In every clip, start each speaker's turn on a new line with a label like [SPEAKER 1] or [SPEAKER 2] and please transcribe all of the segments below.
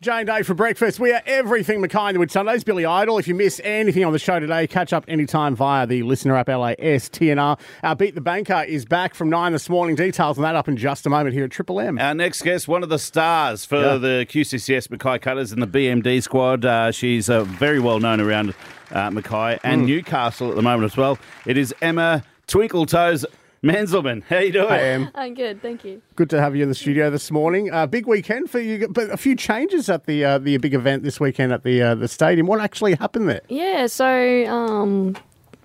[SPEAKER 1] Jane Day for breakfast. We are everything Mackay in the Wood Sundays. Billy Idol. If you miss anything on the show today, catch up anytime via the Listener App LAS TNR. Our Beat the Banker is back from nine this morning. Details on that up in just a moment here at Triple M.
[SPEAKER 2] Our next guest, one of the stars for
[SPEAKER 1] Yeah.
[SPEAKER 2] the QCCS Mackay Cutters and the BMD squad. Uh, she's uh, very well known around uh, Mackay and Newcastle at the moment as well. It is Emma Twinkle Toes Menzelman. How you doing?
[SPEAKER 1] I am.
[SPEAKER 3] I'm Oh, good, thank you.
[SPEAKER 1] Good to have you in the studio this morning. Uh, big weekend for you, but a few changes at the uh, the big event this weekend at the uh, the stadium. What actually happened there?
[SPEAKER 3] Yeah, so um,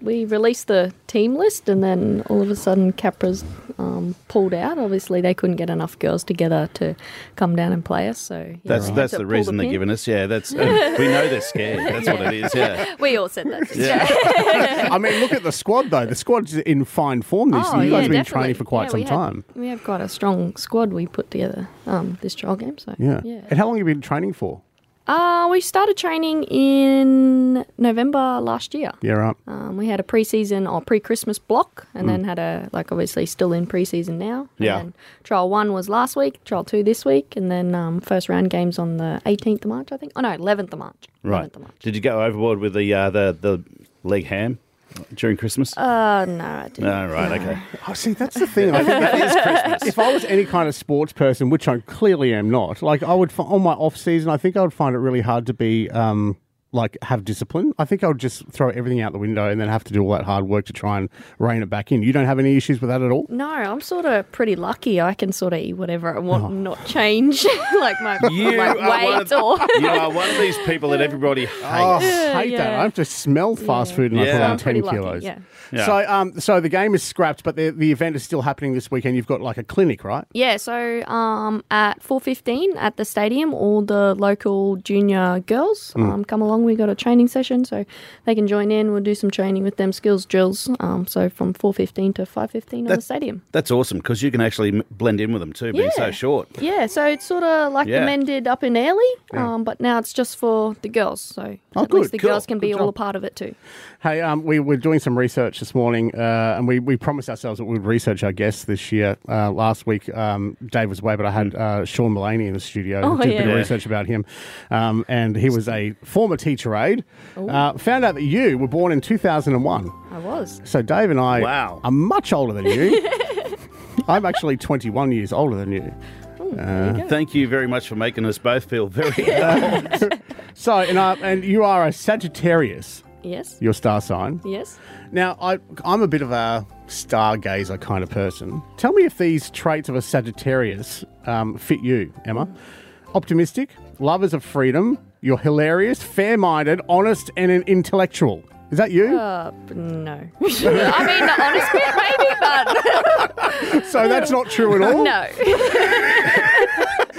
[SPEAKER 3] we released the team list, and then all of a sudden, Capra's um, pulled out. Obviously, they couldn't get enough girls together to come down and play us. So yeah,
[SPEAKER 2] That's
[SPEAKER 3] we had
[SPEAKER 2] that's
[SPEAKER 3] to
[SPEAKER 2] the
[SPEAKER 3] pull
[SPEAKER 2] reason they're
[SPEAKER 3] pin.
[SPEAKER 2] giving us. Yeah, that's uh, we know they're scared. That's what it is. Yeah.
[SPEAKER 3] We all said that.
[SPEAKER 2] Yeah.
[SPEAKER 1] I mean, look at the squad though. The squad's in fine form this year. You guys have been training for quite
[SPEAKER 3] Oh, Yeah,
[SPEAKER 1] some
[SPEAKER 3] we had-
[SPEAKER 1] time.
[SPEAKER 3] We have quite a strong squad we put together um, this trial game. So
[SPEAKER 1] Yeah. And
[SPEAKER 3] yeah.
[SPEAKER 1] how long have you been training for?
[SPEAKER 3] Uh, we started training in November last year.
[SPEAKER 1] Yeah, right.
[SPEAKER 3] Um, we had a preseason or pre-Christmas block, and then had a like obviously still in preseason now. And
[SPEAKER 2] Hmm. Yeah.
[SPEAKER 3] then trial one was last week, trial two this week, and then um, first round games on the 18th of March, I think. Oh no, 11th of March.
[SPEAKER 2] Right.
[SPEAKER 3] 11th of March.
[SPEAKER 2] Did you go overboard with the uh, the the leg ham during Christmas?
[SPEAKER 3] Uh, no, I didn't.
[SPEAKER 2] no, right. Okay.
[SPEAKER 1] Oh, see, that's the thing. I think that is Christmas. If I was any kind of sports person, which I clearly am not, like I would fi- on my off season, I think I would find it really hard to be um, like have discipline. I think I would just throw everything out the window and then have to do all that hard work to try and rein it back in. You don't have any issues with that at all.
[SPEAKER 3] No, I'm sort of pretty lucky. I can sort of eat whatever I want and not change like my
[SPEAKER 2] Oh. You
[SPEAKER 3] like
[SPEAKER 2] are one of-
[SPEAKER 3] weight or.
[SPEAKER 2] You are one of these people that everybody hates.
[SPEAKER 1] Oh, I hate that.
[SPEAKER 3] yeah.
[SPEAKER 1] I have to smell fast food and I
[SPEAKER 2] Yeah.
[SPEAKER 1] put
[SPEAKER 2] So
[SPEAKER 1] on
[SPEAKER 2] I'm
[SPEAKER 3] pretty
[SPEAKER 1] ten
[SPEAKER 3] lucky,
[SPEAKER 1] kilos.
[SPEAKER 3] yeah.
[SPEAKER 2] Yeah.
[SPEAKER 1] So, um, so the game is scrapped, but the, the event is still happening this weekend. You've got like a clinic, right?
[SPEAKER 3] Yeah, so um, at four fifteen at the stadium, all the local junior girls
[SPEAKER 1] Mm.
[SPEAKER 3] um, come along. We got a training session, so they can join in. We'll do some training with them, skills drills. Um, so from four fifteen to five fifteen on the
[SPEAKER 2] That's-
[SPEAKER 3] stadium.
[SPEAKER 2] That's awesome because you can actually m- blend in with them too, being so
[SPEAKER 3] Yeah.
[SPEAKER 2] short.
[SPEAKER 3] Yeah, so it's sort of like
[SPEAKER 2] Yeah.
[SPEAKER 3] the men did up in Airlie, um, but now it's just for the girls. So
[SPEAKER 1] Oh,
[SPEAKER 3] at
[SPEAKER 1] good,
[SPEAKER 3] least the
[SPEAKER 1] cool.
[SPEAKER 3] girls can be
[SPEAKER 1] Good
[SPEAKER 3] all a
[SPEAKER 1] job.
[SPEAKER 3] part of it too.
[SPEAKER 1] Hey, um, we were doing some research this morning, uh, and we, we promised ourselves that we would research our guests this year. Uh, last week, um, Dave was away, but I had uh, Sean Mullaney in the studio.
[SPEAKER 3] Mm. Oh,
[SPEAKER 1] did a bit
[SPEAKER 3] yeah.
[SPEAKER 1] of
[SPEAKER 3] Yeah.
[SPEAKER 1] research about him, um, and he was a former teacher aide. Uh, found out that you were born in 2001.
[SPEAKER 3] I was.
[SPEAKER 1] So Dave and I
[SPEAKER 2] Wow.
[SPEAKER 1] are much older than you. I'm actually 21 years older than you. Uh,
[SPEAKER 2] Thank you very much for making us both feel very.
[SPEAKER 1] So, and, uh, and you are a Sagittarius,
[SPEAKER 3] Yes.
[SPEAKER 1] your star sign.
[SPEAKER 3] Yes.
[SPEAKER 1] Now, I, I'm a bit of a stargazer kind of person. Tell me if these traits of a Sagittarius um, fit you, Emma. Optimistic, lovers of freedom, you're hilarious, fair minded, honest, and an intellectual. Is that you?
[SPEAKER 3] Uh, no. I mean, the honest bit maybe, but
[SPEAKER 1] so that's not true at all.
[SPEAKER 3] no.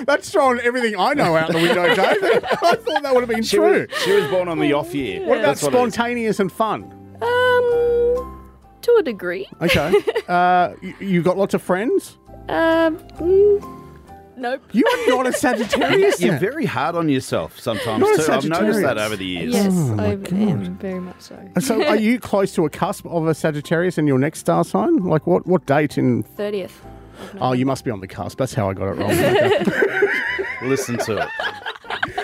[SPEAKER 1] That's thrown everything I know out the window, Dave. I thought that would have been
[SPEAKER 2] she,
[SPEAKER 1] true.
[SPEAKER 2] was, she was born on the off year.
[SPEAKER 1] What about
[SPEAKER 2] That's it is.
[SPEAKER 1] spontaneous and fun?
[SPEAKER 3] Um, to a degree.
[SPEAKER 1] Okay. uh, you, you got lots of friends?
[SPEAKER 3] Um, mm, nope.
[SPEAKER 1] You are not a Sagittarius.
[SPEAKER 2] You're
[SPEAKER 1] then.
[SPEAKER 2] very hard on yourself sometimes
[SPEAKER 1] You're a
[SPEAKER 2] too. I've noticed that
[SPEAKER 1] Sagittarius.
[SPEAKER 2] over the years.
[SPEAKER 3] Yes, I am very much so.
[SPEAKER 1] So, are you close to a cusp of a Sagittarius and your next star sign? Like, what, what date in.
[SPEAKER 3] Thirtieth.
[SPEAKER 1] Oh, you must be on the cusp. That's how I got it wrong. Okay.
[SPEAKER 2] Listen to it.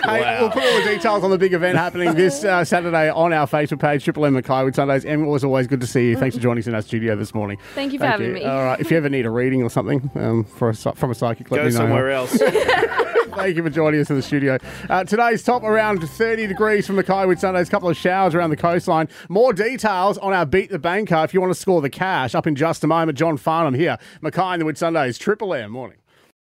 [SPEAKER 1] hey,
[SPEAKER 2] Wow.
[SPEAKER 1] We'll put all the details on the big event happening this uh, Saturday on our Facebook page, Triple M Mackay with Sundays. Em, it was always good to see you. Thanks for joining us in our studio this morning.
[SPEAKER 3] Thank you for having me.
[SPEAKER 1] All right. If you ever need a reading or something um, for a, psy- from a psychic, let
[SPEAKER 2] Go
[SPEAKER 1] me know.
[SPEAKER 2] somewhere else.
[SPEAKER 1] Thank you for joining us in the studio. Uh, today's top around 30 degrees from the Kywood Sundays, a couple of showers around the coastline. More details on our Beat the Banker if you want to score the cash up in just a moment. John Farnham here, Mackay and the Wood Sundays, Triple M morning.